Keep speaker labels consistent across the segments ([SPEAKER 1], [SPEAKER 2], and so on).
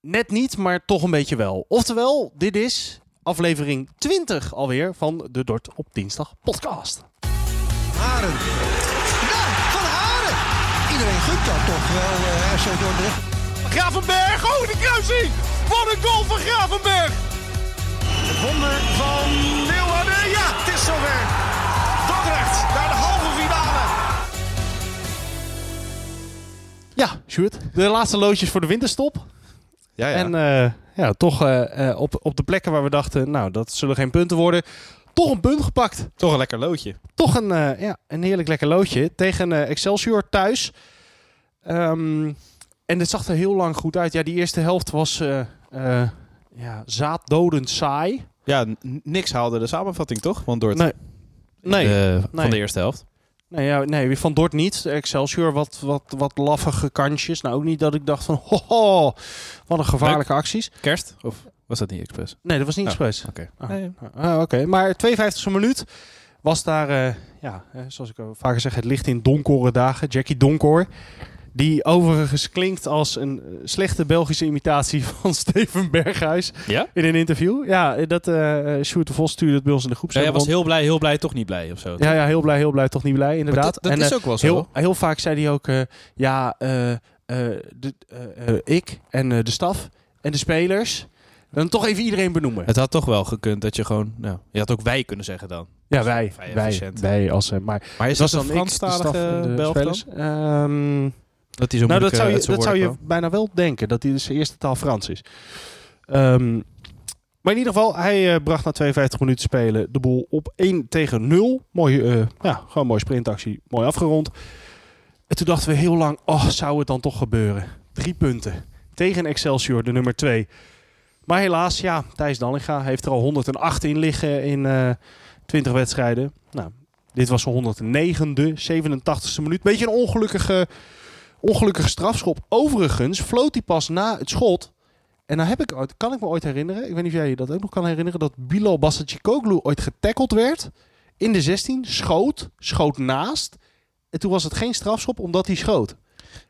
[SPEAKER 1] Net niet, maar toch een beetje wel. Oftewel, dit is aflevering 20 alweer van de Dort op Dinsdag podcast.
[SPEAKER 2] Haren. Nou, van Haren. Iedereen gunt dat toch wel, eh FC Dordrecht.
[SPEAKER 3] Gravenberg, oh de kruising! Wat een goal van Gravenberg! Het wonder van Leeuwarden, ja het is zover! Dordrecht naar de halve finale!
[SPEAKER 1] Ja, Sjoerd. De laatste loodjes voor de winterstop.
[SPEAKER 4] Ja, ja.
[SPEAKER 1] En eh, ja, toch eh, eh, op, op de plekken waar we dachten, nou, dat zullen geen punten worden. Toch een punt gepakt.
[SPEAKER 4] toch een lekker loodje.
[SPEAKER 1] Toch een, eh, ja, een heerlijk lekker loodje tegen eh, Excelsior thuis. Ehm, en het zag er heel lang goed uit. Ja, die eerste helft was eh, eh, ja, zaaddodend saai.
[SPEAKER 4] Ja, n- niks haalde de samenvatting toch? Want door het eh,
[SPEAKER 1] Nee. Nee, nee.
[SPEAKER 4] van de eerste helft.
[SPEAKER 1] nee, Nou ja, nee, van Dort niet. De Excelsior wat, wat, wat laffige kantjes. Nou, ook niet dat ik dacht van, ho, ho, wat een gevaarlijke acties.
[SPEAKER 4] Kerst? Of was dat niet expres?
[SPEAKER 1] Nee, dat was niet
[SPEAKER 4] Oh,
[SPEAKER 1] expres.
[SPEAKER 4] Oké.
[SPEAKER 1] Ah, ah, Oké, maar 52e minuut was daar, eh, ja, eh, zoals ik al vaker zeg, het licht in donkere dagen. Jackie Donkor, die overigens klinkt als een eh, slechte Belgische imitatie van Steven Berghuis
[SPEAKER 4] Ja?
[SPEAKER 1] in een interview. Ja, eh, dat eh eh, Sjoerd de Vos stuurde het bij ons in de groep.
[SPEAKER 4] Ja, jij was heel blij, heel blij, toch niet blij of zo.
[SPEAKER 1] ja, ja, heel blij, heel blij, toch niet blij,
[SPEAKER 4] Maar
[SPEAKER 1] inderdaad.
[SPEAKER 4] dat dat
[SPEAKER 1] En, eh,
[SPEAKER 4] is ook wel zo.
[SPEAKER 1] Heel, heel vaak zei hij ook, eh, ja, eh, eh, de, eh, eh, ik en eh, de staf en de spelers. Dan toch even iedereen benoemen.
[SPEAKER 4] Het had toch wel gekund dat je gewoon... Nou, je had ook wij kunnen zeggen dan.
[SPEAKER 1] Ja, wij.
[SPEAKER 4] Vrij
[SPEAKER 1] Wij,
[SPEAKER 4] efficiënt.
[SPEAKER 1] wij als... eh, maar
[SPEAKER 4] Maar is
[SPEAKER 1] was
[SPEAKER 4] dat een
[SPEAKER 1] dan ik, de staf en
[SPEAKER 4] Franstalige
[SPEAKER 1] de
[SPEAKER 4] Belg dan?
[SPEAKER 1] spelers? Ehm,
[SPEAKER 4] Dat die zo
[SPEAKER 1] nou, dat zou
[SPEAKER 4] moeilijk, eh,
[SPEAKER 1] je,
[SPEAKER 4] uit zijn
[SPEAKER 1] dat zou je
[SPEAKER 4] woorden
[SPEAKER 1] bijna wel denken. Dat hij dus zijn eerste taal Frans is. Ehm, maar in ieder geval, hij eh, bracht na 52 minuten spelen de boel op 1 tegen 0. Mooie, eh, ja, gewoon mooie sprintactie. Mooi afgerond. En toen dachten we heel lang, oh, zou het dan toch gebeuren? Drie punten tegen Excelsior, de nummer 2. Maar helaas, ja, Thijs Dallinga heeft er al 108 in liggen in eh 20 wedstrijden. Nou, dit was zijn 109e, 87e minuut. Beetje een ongelukkige, ongelukkige strafschop. Overigens floot hij pas na het schot. En nou heb ik ooit, kan ik me ooit herinneren, ik weet niet of jij je dat ook nog kan herinneren, dat Bilal Basacikoglu ooit getackeld werd in de 16, schoot, schoot naast. En toen was het geen strafschop omdat hij schoot.
[SPEAKER 4] kwam.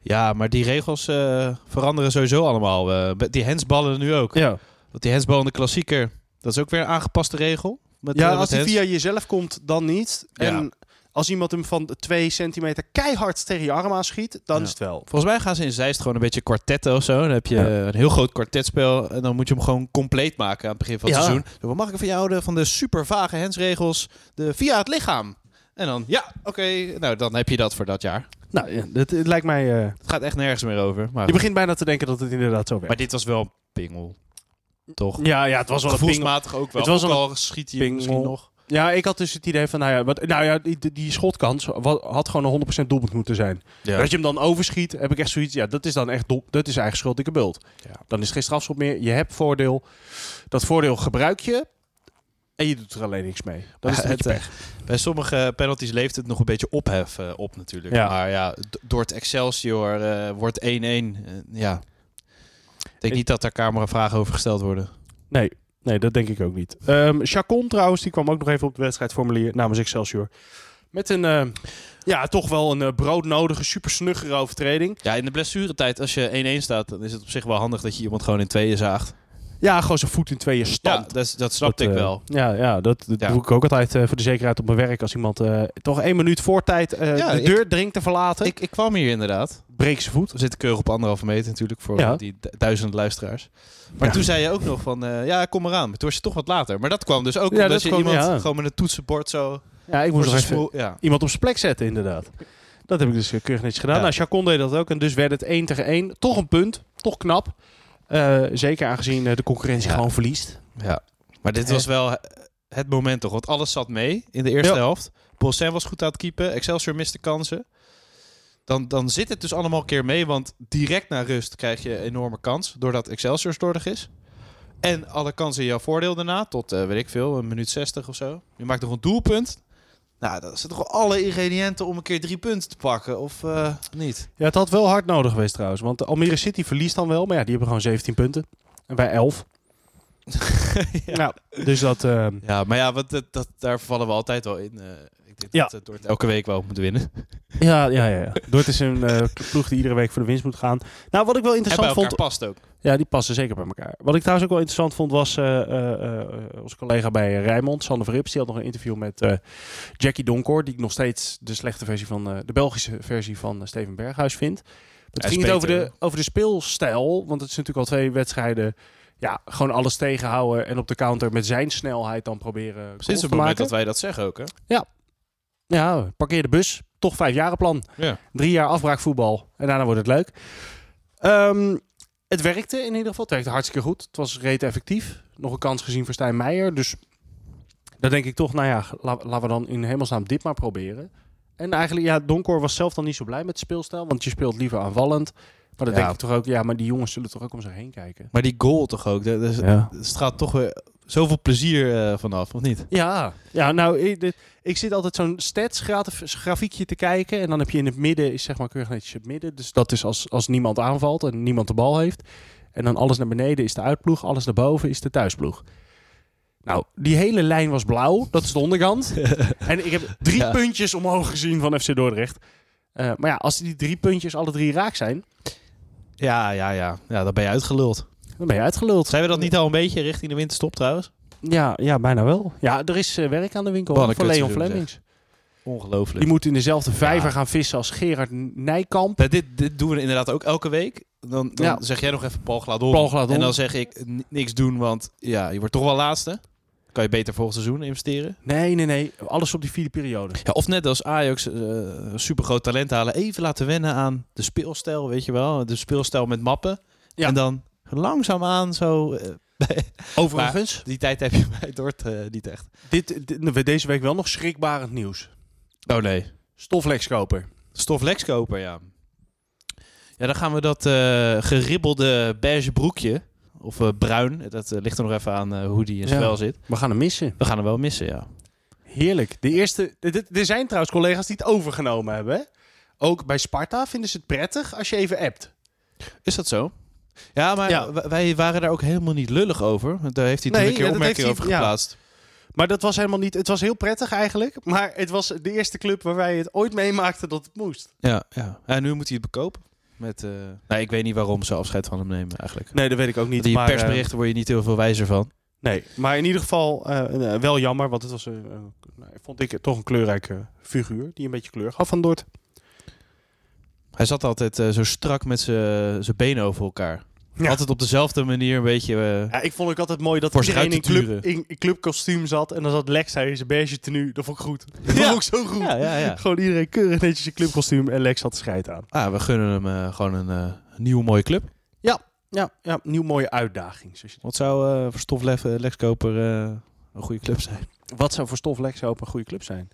[SPEAKER 4] Ja, maar die regels eh, veranderen sowieso allemaal. eh, met die handsballen nu ook.
[SPEAKER 1] Ja,
[SPEAKER 4] Want die handsbal in de klassieker, dat is ook weer een aangepaste regel. Met, eh,
[SPEAKER 1] ja
[SPEAKER 4] met
[SPEAKER 1] als hij
[SPEAKER 4] hands.
[SPEAKER 1] via jezelf komt, dan niet.
[SPEAKER 4] Ja.
[SPEAKER 1] En als iemand hem van 2 centimeter keihard tegen je arm aanschiet, dan
[SPEAKER 4] Ja.
[SPEAKER 1] is het wel.
[SPEAKER 4] Volgens mij gaan ze in Zeist gewoon een beetje kwartetten of zo. Dan heb je
[SPEAKER 1] Ja.
[SPEAKER 4] een heel groot kwartetspel. En dan moet je hem gewoon compleet maken aan het begin van het
[SPEAKER 1] Ja.
[SPEAKER 4] seizoen. Zo, wat mag ik van jou houden? Van de super vage hensregels. De via het lichaam. En dan, ja, oké. nou, dan heb je dat voor dat jaar.
[SPEAKER 1] Nou, ja, dat, het lijkt mij... eh,
[SPEAKER 4] Het gaat echt nergens meer over. Maar,
[SPEAKER 1] je begint bijna te denken dat het inderdaad zo werkt.
[SPEAKER 4] maar dit was wel een pingel. Toch?
[SPEAKER 1] Ja, ja, het was wel een pingel.
[SPEAKER 4] Gevoelsmatig ook wel.
[SPEAKER 1] Het was
[SPEAKER 4] ook
[SPEAKER 1] wel
[SPEAKER 4] al schiet hij
[SPEAKER 1] pingel.
[SPEAKER 4] misschien nog.
[SPEAKER 1] Ja, ik had dus het idee van, nou ja, wat, nou ja die, die schotkans wa- had gewoon een 100% doelpunt moeten zijn. Dat je hem dan overschiet, heb ik echt zoiets, ja, dat is dan echt doel, dat is eigen schuld, dikke bult.
[SPEAKER 4] Ja.
[SPEAKER 1] Dan is het geen strafschop meer, je hebt voordeel. Dat voordeel gebruik je en je doet er alleen niks mee. Dat is
[SPEAKER 4] Ja,
[SPEAKER 1] het,
[SPEAKER 4] het, eh, Bij sommige penalties leeft het nog een beetje ophef eh, op natuurlijk.
[SPEAKER 1] Ja.
[SPEAKER 4] Maar ja, d- door het Excelsior eh, wordt 1-1. eh, ja. Ik denk
[SPEAKER 1] Ik-
[SPEAKER 4] niet dat daar cameravragen over gesteld worden.
[SPEAKER 1] Nee, nee, dat denk ik ook niet. Ehm Chacon trouwens, die kwam ook nog even op het wedstrijdformulier namens Excelsior. Met een, eh, ja, toch wel een eh, broodnodige, super snuggere overtreding.
[SPEAKER 4] Ja, in de blessuretijd, als je 1-1 staat, dan is het op zich wel handig dat je iemand gewoon in tweeën zaagt.
[SPEAKER 1] Ja, gewoon zijn voet in tweeën
[SPEAKER 4] Ja,
[SPEAKER 1] stampt.
[SPEAKER 4] dat, is- dat snapte
[SPEAKER 1] Dat,
[SPEAKER 4] ik
[SPEAKER 1] eh,
[SPEAKER 4] wel.
[SPEAKER 1] Ja, ja dat, dat
[SPEAKER 4] Ja.
[SPEAKER 1] doe ik ook altijd eh, voor de zekerheid op mijn werk. Als iemand eh, toch één minuut voor tijd eh,
[SPEAKER 4] Ja,
[SPEAKER 1] de
[SPEAKER 4] ik-
[SPEAKER 1] deur dringt te verlaten, ik
[SPEAKER 4] Ik, ik kwam hier inderdaad.
[SPEAKER 1] breek zijn voet.
[SPEAKER 4] We zitten keurig op anderhalve meter natuurlijk voor
[SPEAKER 1] Ja.
[SPEAKER 4] eh, die du- duizend luisteraars. Maar
[SPEAKER 1] Ja.
[SPEAKER 4] toen zei je ook nog van, eh, ja, kom eraan. Maar toen was je toch wat later. Maar dat kwam dus ook
[SPEAKER 1] Ja,
[SPEAKER 4] omdat
[SPEAKER 1] dat
[SPEAKER 4] je
[SPEAKER 1] kwam-
[SPEAKER 4] iemand
[SPEAKER 1] ja.
[SPEAKER 4] gewoon met een toetsenbord zo...
[SPEAKER 1] Ja, ik moest
[SPEAKER 4] voor
[SPEAKER 1] nog
[SPEAKER 4] zijn
[SPEAKER 1] even
[SPEAKER 4] smoel- ja.
[SPEAKER 1] iemand op zijn plek zetten, inderdaad. Dat heb ik dus eh, keurig netjes gedaan.
[SPEAKER 4] Ja.
[SPEAKER 1] Nou, Chacon deed dat ook. En dus werd het 1 tegen 1. Toch een punt. Toch knap. Eh, zeker aangezien eh, de concurrentie
[SPEAKER 4] Ja.
[SPEAKER 1] gewoon verliest.
[SPEAKER 4] Ja, maar dit
[SPEAKER 1] Hè?
[SPEAKER 4] was wel eh, het moment toch? Want alles zat mee in de eerste
[SPEAKER 1] Ja.
[SPEAKER 4] helft. Bolsen was goed aan het keepen. Excelsior miste kansen. Dan, dan zit het dus allemaal een keer mee. Want direct na rust krijg je een enorme kans. Doordat Excelsior slordig is. En alle kansen in jouw voordeel daarna. Tot, eh, weet ik veel, een minuut 60 of zo. Je maakt nog een doelpunt. Nou, dat zijn toch alle ingrediënten om een keer drie punten te pakken. Of eh, niet?
[SPEAKER 1] Ja, het had wel hard nodig geweest trouwens. Want Almere City verliest dan wel. Maar ja, die hebben gewoon 17 punten. En wij 11. ja.
[SPEAKER 4] Ja.
[SPEAKER 1] dus dat... eh,
[SPEAKER 4] eh, Ja, maar ja, wat, dat, dat, daar vallen we altijd wel in. eh, ik Ik denk
[SPEAKER 1] Ja.
[SPEAKER 4] dat eh, Dordt elke week wel moet winnen.
[SPEAKER 1] Ja, ja, ja. ja. Dordt is een eh, ploeg die iedere week voor de winst moet gaan. Nou, wat ik wel
[SPEAKER 4] En bij
[SPEAKER 1] interessant
[SPEAKER 4] elkaar
[SPEAKER 1] vond...
[SPEAKER 4] past ook.
[SPEAKER 1] Ja, die passen zeker bij elkaar. Wat ik trouwens ook wel interessant vond was eh, eh, eh, onze collega bij Rijmond, Sander Verrips. Die had nog een interview met eh, Jackie Donkor, die ik nog steeds de slechte versie van eh, de Belgische versie van eh, Steven Berghuis vind. Maar
[SPEAKER 4] Hij
[SPEAKER 1] het ging
[SPEAKER 4] is
[SPEAKER 1] het over
[SPEAKER 4] beter,
[SPEAKER 1] de, over de speelstijl, want het is natuurlijk al twee wedstrijden. Ja, gewoon alles tegenhouden en op de counter met zijn snelheid dan proberen goals
[SPEAKER 4] Sinds
[SPEAKER 1] te
[SPEAKER 4] het moment
[SPEAKER 1] maken.
[SPEAKER 4] dat wij dat zeggen ook, hè?
[SPEAKER 1] Ja, parkeer de bus. Toch vijf jaren plan.
[SPEAKER 4] Ja.
[SPEAKER 1] Drie jaar afbraakvoetbal. En daarna wordt het leuk. Ehm, het werkte in ieder geval. Het werkte hartstikke goed. Het was reet effectief. Nog een kans gezien voor Stijn Meijer. Dus dan denk ik toch, nou ja, la- laten we dan in hemelsnaam dit maar proberen. En eigenlijk, ja, Donkor was zelf dan niet zo blij met het speelstijl. Want je speelt liever aanvallend. Maar dan
[SPEAKER 4] Ja.
[SPEAKER 1] denk ik toch ook, ja, maar die jongens zullen toch ook om zich heen kijken.
[SPEAKER 4] Maar die goal toch ook. Dat, dat,
[SPEAKER 1] Ja.
[SPEAKER 4] dat straalt toch weer zoveel plezier eh, vanaf, of niet?
[SPEAKER 1] Ja, ja nou, ik, dit- ik zit altijd zo'n stats graf- grafiekje te kijken. En dan heb je in het midden, is zeg maar keurig netjes het midden. Dus dat is als, als niemand aanvalt en niemand de bal heeft. En dan alles naar beneden is de uitploeg, alles naar boven is de thuisploeg. Nou, die hele lijn was blauw, dat is de onderkant. en ik heb drie
[SPEAKER 4] Ja.
[SPEAKER 1] puntjes omhoog gezien van FC Dordrecht. Eh, maar ja, als die drie puntjes alle drie raak zijn,
[SPEAKER 4] Ja, ja, ja. Ja, dan ben je uitgeluld.
[SPEAKER 1] dan ben je uitgeluld.
[SPEAKER 4] Zijn we dat niet al een beetje richting de winterstop trouwens?
[SPEAKER 1] Ja, ja bijna wel. Ja, er is eh, werk aan de winkel
[SPEAKER 4] Wat een
[SPEAKER 1] voor Leon
[SPEAKER 4] kutseizoen, zeg.
[SPEAKER 1] Flemings.
[SPEAKER 4] Ongelooflijk.
[SPEAKER 1] Die moet in dezelfde vijver
[SPEAKER 4] Ja.
[SPEAKER 1] gaan vissen als Gerard Nijkamp.
[SPEAKER 4] Nou, dit, dit doen we inderdaad ook elke week. Dan, dan
[SPEAKER 1] Ja.
[SPEAKER 4] zeg jij nog even Paul Gladon.
[SPEAKER 1] Paul Gladon.
[SPEAKER 4] En dan zeg ik n- niks doen, want ja, je wordt toch wel laatste. Kan je beter volgend seizoen investeren.
[SPEAKER 1] Nee, nee, nee. Alles op die vierde periode.
[SPEAKER 4] Ja, of net als Ajax, eh supergroot talent halen. Even laten wennen aan de speelstijl, weet je wel. De speelstijl met mappen.
[SPEAKER 1] Ja.
[SPEAKER 4] En dan langzaamaan zo... eh, bij-
[SPEAKER 1] Overigens,
[SPEAKER 4] die tijd heb je bij Dort eh, niet echt.
[SPEAKER 1] dit, dit- deze week wel nog schrikbarend nieuws.
[SPEAKER 4] Oh nee.
[SPEAKER 1] Stoflexkoper.
[SPEAKER 4] Stof Lexkoper, ja. Ja, dan gaan we dat eh, geribbelde beige broekje, of eh, bruin, dat eh, ligt er nog even aan eh, hoe die in
[SPEAKER 1] Ja.
[SPEAKER 4] spel zit.
[SPEAKER 1] We gaan hem missen.
[SPEAKER 4] We gaan hem wel missen, ja.
[SPEAKER 1] Heerlijk. De eerste, dit- dit- er zijn trouwens collega's die het overgenomen hebben. hè? Ook bij Sparta vinden ze het prettig als je even appt.
[SPEAKER 4] Is dat zo? Ja, maar
[SPEAKER 1] Ja.
[SPEAKER 4] w- wij waren daar ook helemaal niet lullig over. want Daar heeft hij toen
[SPEAKER 1] Nee,
[SPEAKER 4] een keer
[SPEAKER 1] ja, dat
[SPEAKER 4] opmerking
[SPEAKER 1] heeft
[SPEAKER 4] over
[SPEAKER 1] hij- ja.
[SPEAKER 4] geplaatst.
[SPEAKER 1] Maar dat was helemaal niet... Het was heel prettig eigenlijk. Maar het was de eerste club waar wij het ooit meemaakten dat het moest.
[SPEAKER 4] Ja. Ja, En nu moet hij het bekopen. Met, eh, nou, ik weet niet waarom ze afscheid van hem nemen eigenlijk.
[SPEAKER 1] Nee, dat weet ik ook niet. eh,
[SPEAKER 4] Die persberichten word je niet heel veel wijzer van.
[SPEAKER 1] Nee, maar in ieder geval eh, eh, wel jammer, want het was, een, een- nou, vond ik toch een kleurrijke figuur die een beetje kleur gaf van Dort.
[SPEAKER 4] Hij zat altijd eh, zo strak met zijn zijn benen over elkaar.
[SPEAKER 1] Ja.
[SPEAKER 4] Altijd op dezelfde manier een beetje... eh,
[SPEAKER 1] Ja, ik vond ook altijd mooi dat
[SPEAKER 4] Voor zich
[SPEAKER 1] iedereen in,
[SPEAKER 4] uit te
[SPEAKER 1] club, in, in clubkostuum zat en dan zat Lex hij in zijn beige tenue. Dat vond ik goed. Dat
[SPEAKER 4] Ja.
[SPEAKER 1] vond ik zo goed.
[SPEAKER 4] ja, ja, ja.
[SPEAKER 1] Gewoon iedereen keurig netjes in clubkostuum en Lex had de scheid aan.
[SPEAKER 4] Ah, we gunnen hem eh, gewoon een eh, nieuwe mooie club.
[SPEAKER 1] Ja, ja nieuw mooie uitdaging. zoals je-
[SPEAKER 4] Wat zou eh, voor Stof Lef- eh, Lexkoper eh, een goede club zijn?
[SPEAKER 1] Wat zou voor stof Lex ook een goede club zijn?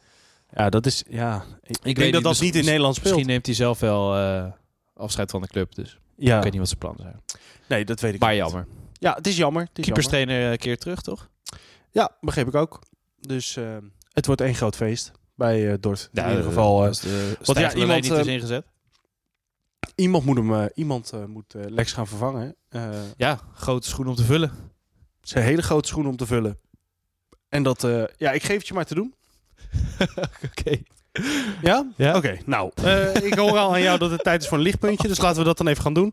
[SPEAKER 1] Ja, dat is ja. Ik,
[SPEAKER 4] weet
[SPEAKER 1] denk
[SPEAKER 4] niet,
[SPEAKER 1] dat dat
[SPEAKER 4] misschien-
[SPEAKER 1] niet in Nederland speelt.
[SPEAKER 4] Misschien neemt hij zelf wel eh, afscheid van de club. Dus ik
[SPEAKER 1] ja,
[SPEAKER 4] weet niet wat zijn plannen zijn.
[SPEAKER 1] nee, dat weet ik.
[SPEAKER 4] Maar
[SPEAKER 1] niet.
[SPEAKER 4] jammer.
[SPEAKER 1] Ja, het is jammer. Het is jammer.
[SPEAKER 4] Keeperstrainer eh, keer terug, toch?
[SPEAKER 1] Ja, begreep ik ook. Dus eh, het wordt één groot feest bij eh Dort.
[SPEAKER 4] Ja,
[SPEAKER 1] in ieder
[SPEAKER 4] eh,
[SPEAKER 1] geval, eh,
[SPEAKER 4] Als de
[SPEAKER 1] want ja,
[SPEAKER 4] ja, iemand
[SPEAKER 1] iemand,
[SPEAKER 4] niet is
[SPEAKER 1] eh,
[SPEAKER 4] ingezet.
[SPEAKER 1] iemand moet, hem, eh, iemand, eh, moet eh, Lex gaan vervangen. Eh
[SPEAKER 4] Ja, grote schoen om te vullen.
[SPEAKER 1] het is een hele grote schoen om te vullen. En dat, eh, ja, ik geef het je maar te doen.
[SPEAKER 4] Oké.
[SPEAKER 1] Ja?
[SPEAKER 4] Ja.
[SPEAKER 1] Oké, nou. eh, ik hoor al aan jou dat het tijd is voor een lichtpuntje, dus laten we dat dan even gaan doen.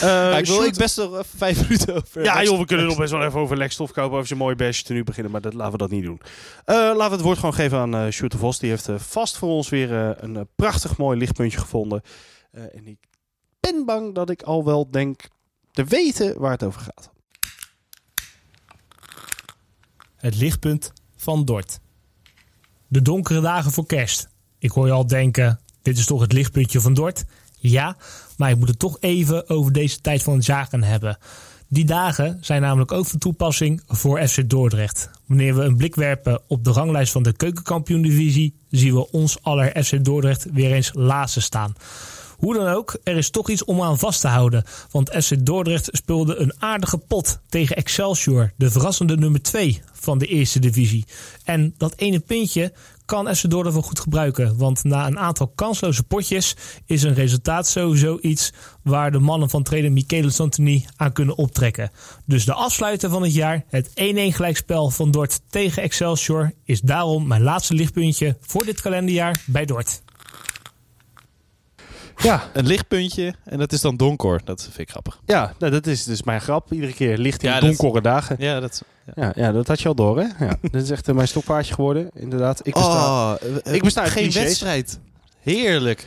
[SPEAKER 1] Eh,
[SPEAKER 4] ik wil
[SPEAKER 1] Sjoerd-
[SPEAKER 4] ik best nog even vijf minuten over.
[SPEAKER 1] Ja,
[SPEAKER 4] Lex-
[SPEAKER 1] joh, we kunnen nog Eh, best wel even over Lex Stof kopen. Over zijn mooie badge tenue beginnen. Maar dat, laten we dat niet doen. Eh, laten we het woord gewoon geven aan eh Sjoerd de Vos. Die heeft eh, vast voor ons weer eh, een eh, prachtig mooi lichtpuntje gevonden. Eh, en ik ben bang dat ik al wel denk te weten waar het over gaat.
[SPEAKER 5] Het lichtpunt van Dort. De donkere dagen voor kerst. Ik hoor je al denken, dit is toch het lichtpuntje van Dort? Ja, maar ik moet het toch even over deze tijd van het jaar gaan hebben. Die dagen zijn namelijk ook van toepassing voor FC Dordrecht. Wanneer we een blik werpen op de ranglijst van de keukenkampioen-divisie... zien we ons aller FC Dordrecht weer eens laatste staan. Hoe dan ook, er is toch iets om aan vast te houden. Want FC Dordrecht speelde een aardige pot tegen Excelsior, de verrassende nummer 2 van de eerste divisie. En dat ene puntje kan FC Dordrecht wel goed gebruiken. Want na een aantal kansloze potjes is een resultaat sowieso iets waar de mannen van trainer Michele Santini aan kunnen optrekken. Dus de afsluiter van het jaar, het 1-1 gelijkspel van Dort tegen Excelsior, is daarom mijn laatste lichtpuntje voor dit kalenderjaar bij Dort.
[SPEAKER 1] Ja,
[SPEAKER 4] Een lichtpuntje en dat is dan Donkor. Dat vind ik grappig.
[SPEAKER 1] ja nou, dat is dus mijn grap. Iedere keer licht in
[SPEAKER 4] Ja, dat-
[SPEAKER 1] donkere dagen.
[SPEAKER 4] Ja, dat...
[SPEAKER 1] Ja, ja, dat had je al door, hè? Ja. Dit is echt eh, mijn stokpaardje geworden, inderdaad. Ik besta...
[SPEAKER 4] Oh.
[SPEAKER 1] ik
[SPEAKER 4] ik
[SPEAKER 1] besta
[SPEAKER 4] besta
[SPEAKER 1] uit
[SPEAKER 4] geen
[SPEAKER 1] clichés.
[SPEAKER 4] wedstrijd. Heerlijk.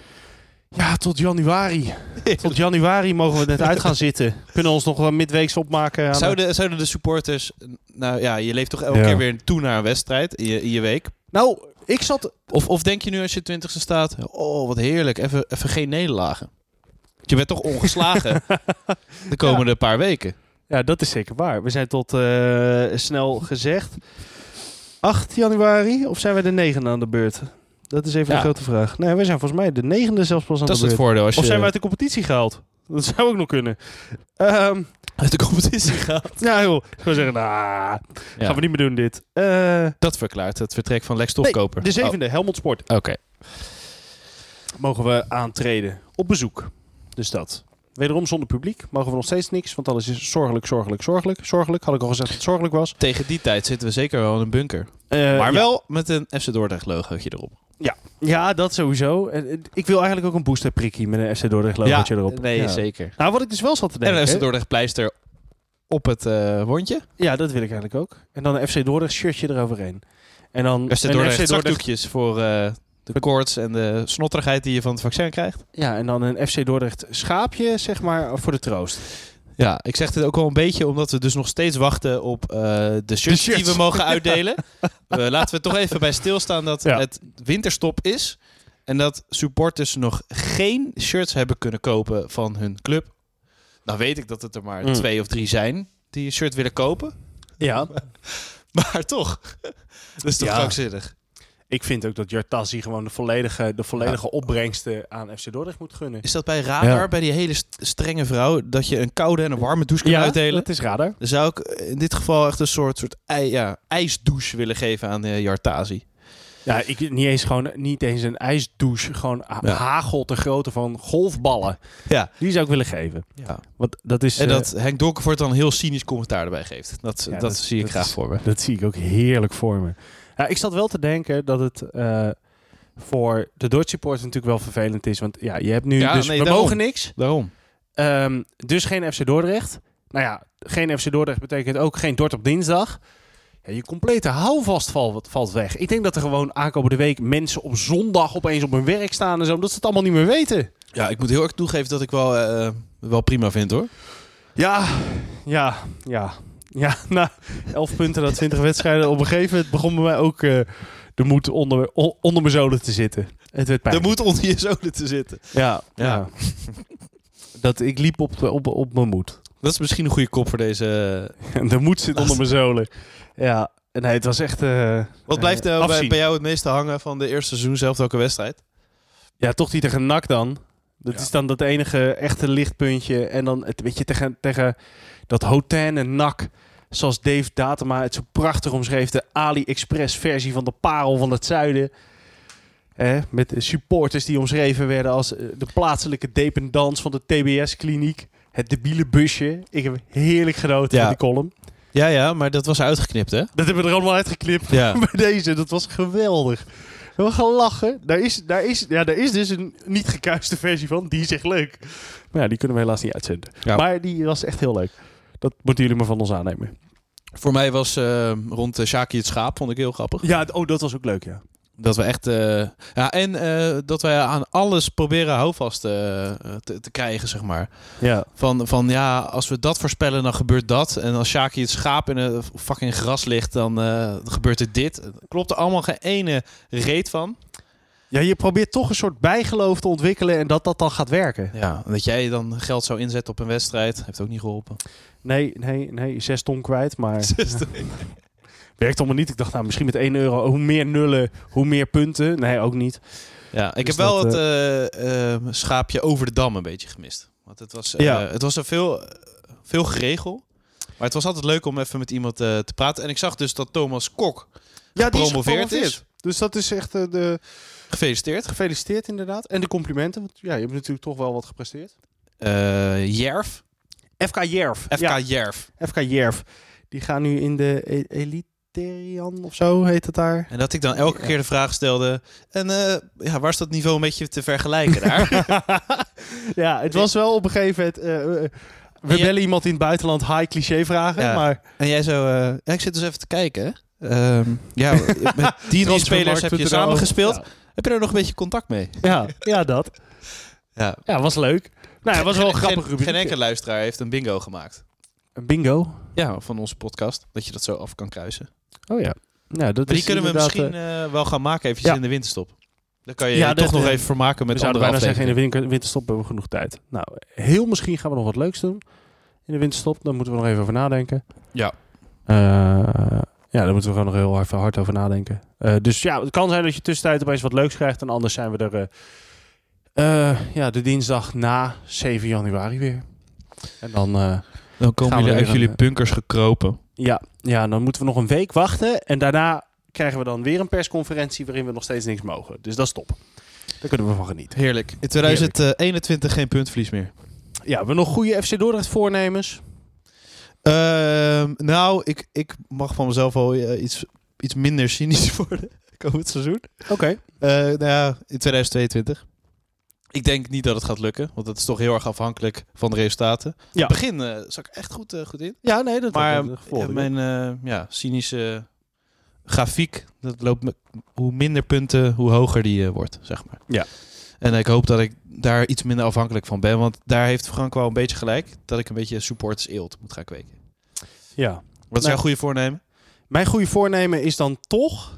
[SPEAKER 1] Ja, tot januari. Tot januari mogen we net uit gaan zitten. Kunnen we ons nog wel midweeks opmaken. Aan
[SPEAKER 4] Zouden, zouden de supporters... Nou ja, je leeft toch elke
[SPEAKER 1] Ja.
[SPEAKER 4] keer weer toe naar een wedstrijd in je, in je week.
[SPEAKER 1] Nou, ik zat...
[SPEAKER 4] Of, of denk je nu als je twintigste staat... Oh, wat heerlijk. Even, even geen nederlagen. Want Je bent toch ongeslagen de komende paar weken.
[SPEAKER 1] Ja, dat is zeker waar. We zijn tot eh, snel gezegd 8 januari of zijn we de 9 aan de beurt? Dat is even
[SPEAKER 4] Ja.
[SPEAKER 1] de grote vraag. Nee, we zijn volgens mij de negende zelfs pas aan
[SPEAKER 4] Dat is
[SPEAKER 1] de
[SPEAKER 4] het eh,
[SPEAKER 1] beurt.
[SPEAKER 4] voordeel. Als
[SPEAKER 1] Of zijn we
[SPEAKER 4] je
[SPEAKER 1] uit de competitie gehaald? Dat zou ook nog kunnen. Ehm
[SPEAKER 4] uit de competitie gaat.
[SPEAKER 1] nou joh, ik zou zeggen, nah,
[SPEAKER 4] Ja.
[SPEAKER 1] gaan we niet meer doen dit. Eh,
[SPEAKER 4] Dat verklaart het vertrek van Lex Stofkoper.
[SPEAKER 1] de zevende, Helmond Sport,
[SPEAKER 4] Oh, Oké.
[SPEAKER 1] mogen we aantreden op bezoek. Dus dat. Wederom zonder publiek mogen we nog steeds niks, want alles is zorgelijk, zorgelijk, zorgelijk. Zorgelijk, had ik al gezegd dat het zorgelijk was.
[SPEAKER 4] Tegen die tijd zitten we zeker wel in een bunker.
[SPEAKER 1] Eh,
[SPEAKER 4] maar
[SPEAKER 1] ja.
[SPEAKER 4] wel met een FC Dordrecht logootje erop.
[SPEAKER 1] Ja, dat sowieso. En, eh, Ik wil eigenlijk ook een booster prikkie met een FC Dordrecht logootje erop.
[SPEAKER 4] Nee,
[SPEAKER 1] Ja.
[SPEAKER 4] zeker.
[SPEAKER 1] Nou, wat ik dus wel zat te
[SPEAKER 4] En een
[SPEAKER 1] denken.
[SPEAKER 4] FC Dordrecht pleister op het eh, wondje.
[SPEAKER 1] Ja, dat wil ik eigenlijk ook. En dan een FC Dordrecht shirtje eroverheen. En dan
[SPEAKER 4] FC
[SPEAKER 1] een
[SPEAKER 4] Dordrecht zakdoekjes voor eh, de koorts en de snotterigheid die je van het vaccin krijgt.
[SPEAKER 1] Ja, en dan een FC Dordrecht schaapje, zeg maar, voor de troost.
[SPEAKER 4] Ja, ik zeg dit ook wel een beetje omdat we dus nog steeds wachten op eh, de, shirts die
[SPEAKER 1] shirts.
[SPEAKER 4] we mogen uitdelen. Eh, laten we toch even bij stilstaan dat
[SPEAKER 1] Ja.
[SPEAKER 4] het winterstop is. En dat supporters nog geen shirts hebben kunnen kopen van hun club. Dan weet ik dat het er maar
[SPEAKER 1] Mm.
[SPEAKER 4] twee of drie zijn die een shirt willen kopen.
[SPEAKER 1] Ja.
[SPEAKER 4] Maar toch. Dat is toch
[SPEAKER 1] Ja.
[SPEAKER 4] krankzinnig.
[SPEAKER 1] Ik vind ook dat Jartazzi gewoon de volledige, de volledige opbrengsten aan FC Dordrecht moet gunnen.
[SPEAKER 4] Is dat bij Radar,
[SPEAKER 1] Ja.
[SPEAKER 4] bij die hele st- strenge vrouw, dat je een koude en een warme douche kan uitdelen?
[SPEAKER 1] dat is radar.
[SPEAKER 4] Dan zou ik eh, in dit geval echt een soort, soort ei, ja, ijsdouche willen geven aan eh Yartazi.
[SPEAKER 1] Ja, ik, niet, eens gewoon, niet eens een ijsdouche. Gewoon ha-
[SPEAKER 4] Ja.
[SPEAKER 1] hagel ter grootte van golfballen.
[SPEAKER 4] Ja.
[SPEAKER 1] Die zou ik willen geven.
[SPEAKER 4] Ja.
[SPEAKER 1] Want dat is...
[SPEAKER 4] En
[SPEAKER 1] eh,
[SPEAKER 4] dat Henk Donkervoort dan een heel cynisch commentaar erbij geeft. Dat,
[SPEAKER 1] Ja,
[SPEAKER 4] dat,
[SPEAKER 1] dat-
[SPEAKER 4] zie ik
[SPEAKER 1] dat
[SPEAKER 4] graag
[SPEAKER 1] is-
[SPEAKER 4] voor me.
[SPEAKER 1] Dat zie ik ook heerlijk voor me. Ja, ik zat wel te denken dat het eh, voor de Dutch supporters natuurlijk wel vervelend is. Want ja, je hebt nu
[SPEAKER 4] Ja,
[SPEAKER 1] dus,
[SPEAKER 4] nee,
[SPEAKER 1] we
[SPEAKER 4] daarom.
[SPEAKER 1] mogen niks.
[SPEAKER 4] Daarom.
[SPEAKER 1] Ehm, dus geen FC Dordrecht. Nou ja, geen FC Dordrecht betekent ook geen Dort op dinsdag. Ja, je complete houvast valt, valt weg. Ik denk dat er gewoon aankomende week mensen op zondag opeens op hun werk staan en zo. Omdat ze het allemaal niet meer weten.
[SPEAKER 4] Ja, ik moet heel erg toegeven dat ik wel, eh, wel prima vind hoor.
[SPEAKER 1] Ja, ja, ja. Ja, na elf punten na twintig wedstrijden. Op een gegeven moment begon bij mij ook eh, de moed onder, on- onder mijn zolen te zitten. Het werd
[SPEAKER 4] Er
[SPEAKER 1] pijn.
[SPEAKER 4] moet onder je zolen te zitten.
[SPEAKER 1] Ja, ja.
[SPEAKER 4] Ja.
[SPEAKER 1] Dat, ik liep op, op, op mijn moed.
[SPEAKER 4] Dat is misschien een goede kop voor deze. eh,
[SPEAKER 1] De moed zit onder mijn zolen. Ja, nee, het was echt... eh,
[SPEAKER 4] Wat blijft nou
[SPEAKER 1] eh,
[SPEAKER 4] bij,
[SPEAKER 1] afzien.
[SPEAKER 4] bij jou het meeste hangen van de eerste seizoen zelf welke wedstrijd?
[SPEAKER 1] Ja, toch die tegen NAC dan. Dat
[SPEAKER 4] Ja.
[SPEAKER 1] is dan dat enige echte lichtpuntje. En dan, het, weet je, tegen, tegen dat Hotan en NAC. Zoals Dave Datema het zo prachtig omschreef. De AliExpress versie van de parel van het zuiden. hè met de supporters die omschreven werden als eh, de plaatselijke dependans van de TBS-kliniek. Het debiele busje. Ik heb heerlijk genoten
[SPEAKER 4] Ja.
[SPEAKER 1] van die column.
[SPEAKER 4] Ja, ja, maar dat was uitgeknipt hè?
[SPEAKER 1] Dat hebben we er allemaal uitgeknipt
[SPEAKER 4] Ja.
[SPEAKER 1] bij deze. Dat was geweldig. We gaan lachen. Daar is, daar, is, ja, daar is dus een niet gekuiste versie van. Die is echt leuk. Maar ja, die kunnen we helaas niet uitzenden.
[SPEAKER 4] Ja.
[SPEAKER 1] Maar die was echt heel leuk. Dat moeten jullie maar van ons aannemen.
[SPEAKER 4] Voor mij was eh, rond eh, Shaki het schaap, vond ik heel grappig.
[SPEAKER 1] Ja, d- oh, dat was ook leuk, ja.
[SPEAKER 4] Dat we echt. eh, ja, en eh, dat wij aan alles proberen houvast eh, te, te krijgen, zeg maar.
[SPEAKER 1] Ja,
[SPEAKER 4] Van, van ja, als we dat voorspellen, dan gebeurt dat. En als Shaki het schaap in een fucking gras ligt, dan eh, gebeurt er dit. Klopt er allemaal geen ene reet van.
[SPEAKER 1] ja je probeert toch een soort bijgeloof te ontwikkelen en dat dat dan gaat werken.
[SPEAKER 4] Ja, dat jij dan geld zou inzetten op een wedstrijd, heeft ook niet geholpen.
[SPEAKER 1] Nee, nee, nee. Zes ton kwijt, maar...
[SPEAKER 4] Dus de-
[SPEAKER 1] Werkt allemaal niet. Ik dacht, nou, misschien met 1 euro. Hoe meer nullen, hoe meer punten. Nee, ook niet.
[SPEAKER 4] ja, ik
[SPEAKER 1] Dus
[SPEAKER 4] heb wel
[SPEAKER 1] dat,
[SPEAKER 4] het eh, eh, schaapje over de dam een beetje gemist. Want het was, eh,
[SPEAKER 1] Ja.
[SPEAKER 4] het was er veel, veel geregel. Maar het was altijd leuk om even met iemand eh, te praten. En ik zag dus dat Thomas Kok
[SPEAKER 1] Ja,
[SPEAKER 4] promoveerd is.
[SPEAKER 1] gepromoveerd. Dus dat is echt eh, de...
[SPEAKER 4] Gefeliciteerd.
[SPEAKER 1] gefeliciteerd inderdaad. En de complimenten, want ja, je hebt natuurlijk toch wel wat gepresteerd.
[SPEAKER 4] Eh Jerv.
[SPEAKER 1] FK Jerv.
[SPEAKER 4] FK
[SPEAKER 1] Ja,
[SPEAKER 4] Jerv.
[SPEAKER 1] FK Jerv. Die gaan nu in de E- Eliterian of zo heet het daar.
[SPEAKER 4] En dat ik dan elke keer de vraag stelde. En eh, ja, waar is dat niveau een beetje te vergelijken daar?
[SPEAKER 1] ja, het was wel op een gegeven moment. eh, eh, we
[SPEAKER 4] En je-
[SPEAKER 1] bellen iemand in het buitenland high cliché vragen,
[SPEAKER 4] Ja.
[SPEAKER 1] maar
[SPEAKER 4] en jij zo, eh, ja, ik zit dus even te kijken. hè. Ehm, ja, met die drie spelers heb je
[SPEAKER 1] Transfermarkt.nl.
[SPEAKER 4] samengespeeld.
[SPEAKER 1] Ja.
[SPEAKER 4] Heb je daar nog een beetje contact mee?
[SPEAKER 1] Ja, ja, dat.
[SPEAKER 4] Ja.
[SPEAKER 1] Ja, was leuk. Nou, het was wel een grappig.
[SPEAKER 4] Geen,
[SPEAKER 1] rubriekje.
[SPEAKER 4] geen enkele luisteraar heeft een bingo gemaakt.
[SPEAKER 1] Een bingo.
[SPEAKER 4] Ja, van onze podcast. Dat je dat zo af kan kruisen.
[SPEAKER 1] Oh ja. Nou, dat
[SPEAKER 4] Maar
[SPEAKER 1] is
[SPEAKER 4] die kunnen we
[SPEAKER 1] inderdaad,
[SPEAKER 4] misschien
[SPEAKER 1] eh,
[SPEAKER 4] eh, wel gaan maken eventjes
[SPEAKER 1] ja.
[SPEAKER 4] in de winterstop. Dan kan je
[SPEAKER 1] Ja,
[SPEAKER 4] je
[SPEAKER 1] dat,
[SPEAKER 4] toch nog
[SPEAKER 1] eh,
[SPEAKER 4] even vermaken
[SPEAKER 1] we
[SPEAKER 4] met
[SPEAKER 1] zouden
[SPEAKER 4] andere
[SPEAKER 1] bijna zeggen, in de
[SPEAKER 4] afleveringen.
[SPEAKER 1] winter, winterstop hebben we genoeg tijd. Nou, heel misschien gaan we nog wat leuks doen in de winterstop. Daar moeten we nog even over nadenken.
[SPEAKER 4] Ja.
[SPEAKER 1] Eh, ja, daar moeten we gewoon nog heel even hard over nadenken. Eh, dus ja, het kan zijn dat je tussentijd opeens wat leuks krijgt. En anders zijn we er eh, eh, ja, de dinsdag na 7 januari weer. En dan, eh, komen
[SPEAKER 4] Dan komen
[SPEAKER 1] jullie
[SPEAKER 4] jullie
[SPEAKER 1] weer
[SPEAKER 4] uit
[SPEAKER 1] aan
[SPEAKER 4] jullie
[SPEAKER 1] de-
[SPEAKER 4] bunkers gekropen.
[SPEAKER 1] ja, ja, dan moeten we nog een week wachten. En daarna krijgen we dan weer een persconferentie waarin we nog steeds niks mogen. Dus dat is top. Daar kunnen we van genieten.
[SPEAKER 4] Heerlijk. In 2021 eh, geen puntverlies meer.
[SPEAKER 1] Ja, we hebben nog goede FC Dordrecht voornemens.
[SPEAKER 4] Ehm, nou, ik, ik mag van mezelf wel eh, iets, iets minder cynisch worden komend seizoen.
[SPEAKER 1] Oké.
[SPEAKER 4] Eh, nou ja, in 2022. Ik denk niet dat het gaat lukken, want dat is toch heel erg afhankelijk van de resultaten.
[SPEAKER 1] Ja.
[SPEAKER 4] In het begin eh zat ik echt goed, eh, goed in.
[SPEAKER 1] Ja, nee, dat
[SPEAKER 4] Maar
[SPEAKER 1] dat- dat
[SPEAKER 4] eh,
[SPEAKER 1] volgende.
[SPEAKER 4] mijn eh, ja, cynische grafiek, dat loopt me, hoe minder punten, hoe hoger die eh, wordt, zeg maar.
[SPEAKER 1] Ja.
[SPEAKER 4] En ik hoop dat ik daar iets minder afhankelijk van ben, want daar heeft Frank wel een beetje gelijk dat ik een beetje supporters eelt moet gaan kweken.
[SPEAKER 1] ja.
[SPEAKER 4] Wat is
[SPEAKER 1] Nou,
[SPEAKER 4] jouw goede voornemen?
[SPEAKER 1] Mijn goede voornemen is dan toch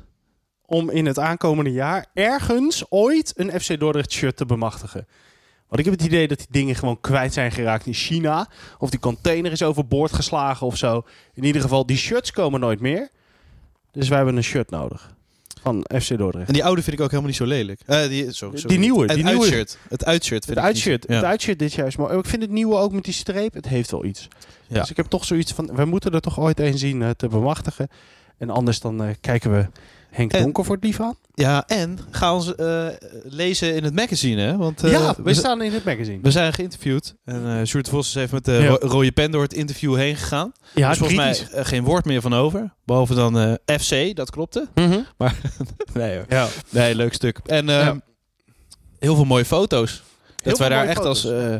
[SPEAKER 1] om in het aankomende jaar ergens ooit een FC Dordrecht shirt te bemachtigen. Want ik heb het idee dat die dingen gewoon kwijt zijn geraakt in China. Of die container is overboord geslagen of zo. In ieder geval, die shirts komen nooit meer. Dus wij hebben een shirt nodig van FC Dordrecht.
[SPEAKER 4] En die oude vind ik ook helemaal niet zo lelijk. Eh, die, sorry,
[SPEAKER 1] Die
[SPEAKER 4] sorry.
[SPEAKER 1] nieuwe,
[SPEAKER 4] Het
[SPEAKER 1] die nieuwe.
[SPEAKER 4] uitshirt. Het
[SPEAKER 1] Het
[SPEAKER 4] uitshirt vind ik niet-
[SPEAKER 1] uitshirt,
[SPEAKER 4] ja.
[SPEAKER 1] het uitshirt dit jaar is mooi. Ik vind het nieuwe ook met die streep, het heeft wel iets.
[SPEAKER 4] Ja.
[SPEAKER 1] Dus ik heb toch zoiets van, wij moeten er toch ooit een zien eh, te bemachtigen. En anders dan eh, kijken we Henk
[SPEAKER 4] En-
[SPEAKER 1] Donker voor het lief aan.
[SPEAKER 4] Ja, en ga ons eh, lezen in het magazine, hè? Want, eh,
[SPEAKER 1] ja, we
[SPEAKER 4] we,
[SPEAKER 1] staan in het magazine.
[SPEAKER 4] we zijn geïnterviewd. En eh Sjoerd Vos is even met de
[SPEAKER 1] Ja.
[SPEAKER 4] ro- rode pen door het interview heen gegaan.
[SPEAKER 1] ja,
[SPEAKER 4] dus volgens mij eh, geen woord meer van over. Behalve dan eh, FC, dat klopte.
[SPEAKER 1] Mhm.
[SPEAKER 4] Nee hoor.
[SPEAKER 1] ja.
[SPEAKER 4] Nee, leuk stuk. En eh,
[SPEAKER 1] Ja.
[SPEAKER 4] heel veel mooie foto's.
[SPEAKER 1] veel
[SPEAKER 4] dat wij daar
[SPEAKER 1] mooie
[SPEAKER 4] echt
[SPEAKER 1] foto's.
[SPEAKER 4] als... eh,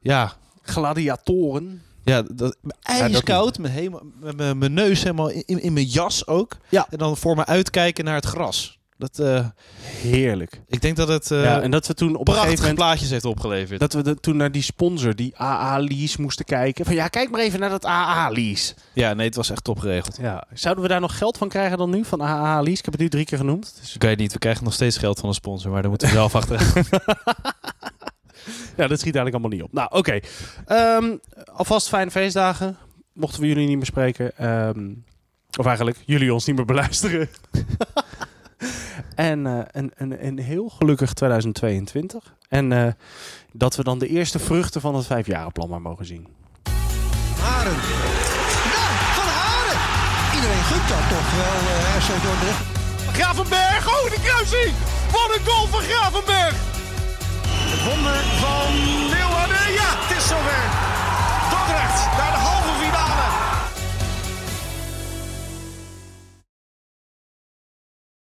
[SPEAKER 4] ja,
[SPEAKER 1] Gladiatoren.
[SPEAKER 4] ja, dat, mijn ijskoud. Mijn, hemel- mijn- mijn, mijn neus helemaal in, in mijn jas ook.
[SPEAKER 1] Ja.
[SPEAKER 4] En dan voor me uitkijken naar het gras. Dat, eh,
[SPEAKER 1] Heerlijk.
[SPEAKER 4] ik denk dat het eh
[SPEAKER 1] ja, en dat we toen op een
[SPEAKER 4] prachtige
[SPEAKER 1] gegeven moment...
[SPEAKER 4] plaatjes heeft opgeleverd.
[SPEAKER 1] Dat we de- toen naar die sponsor, die AA-lease, moesten kijken. Van ja, kijk maar even naar dat AA-lease.
[SPEAKER 4] Ja, nee, het was echt top geregeld.
[SPEAKER 1] Ja. Zouden we daar nog geld van krijgen dan nu, van AA-lease? Ik heb het nu drie keer genoemd.
[SPEAKER 4] Dus ik weet niet, we krijgen nog steeds geld van een sponsor, maar daar moeten we zelf achter.
[SPEAKER 1] Ja, dat schiet eigenlijk allemaal niet op. Nou, oké. Ehm, alvast fijne feestdagen. Mochten we jullie niet meer spreken. ehm, of eigenlijk, jullie ons niet meer beluisteren. en eh, een, een, een heel gelukkig 2022. En eh, dat we dan de eerste vruchten van het vijfjarenplan maar mogen zien.
[SPEAKER 2] Haren. Ja, van Haren. Iedereen gunt dat toch wel eh RC Dordrecht.
[SPEAKER 3] Gravenberg, oh de kruising! Wat een goal van Gravenberg! Het wonder van Leeuwarden,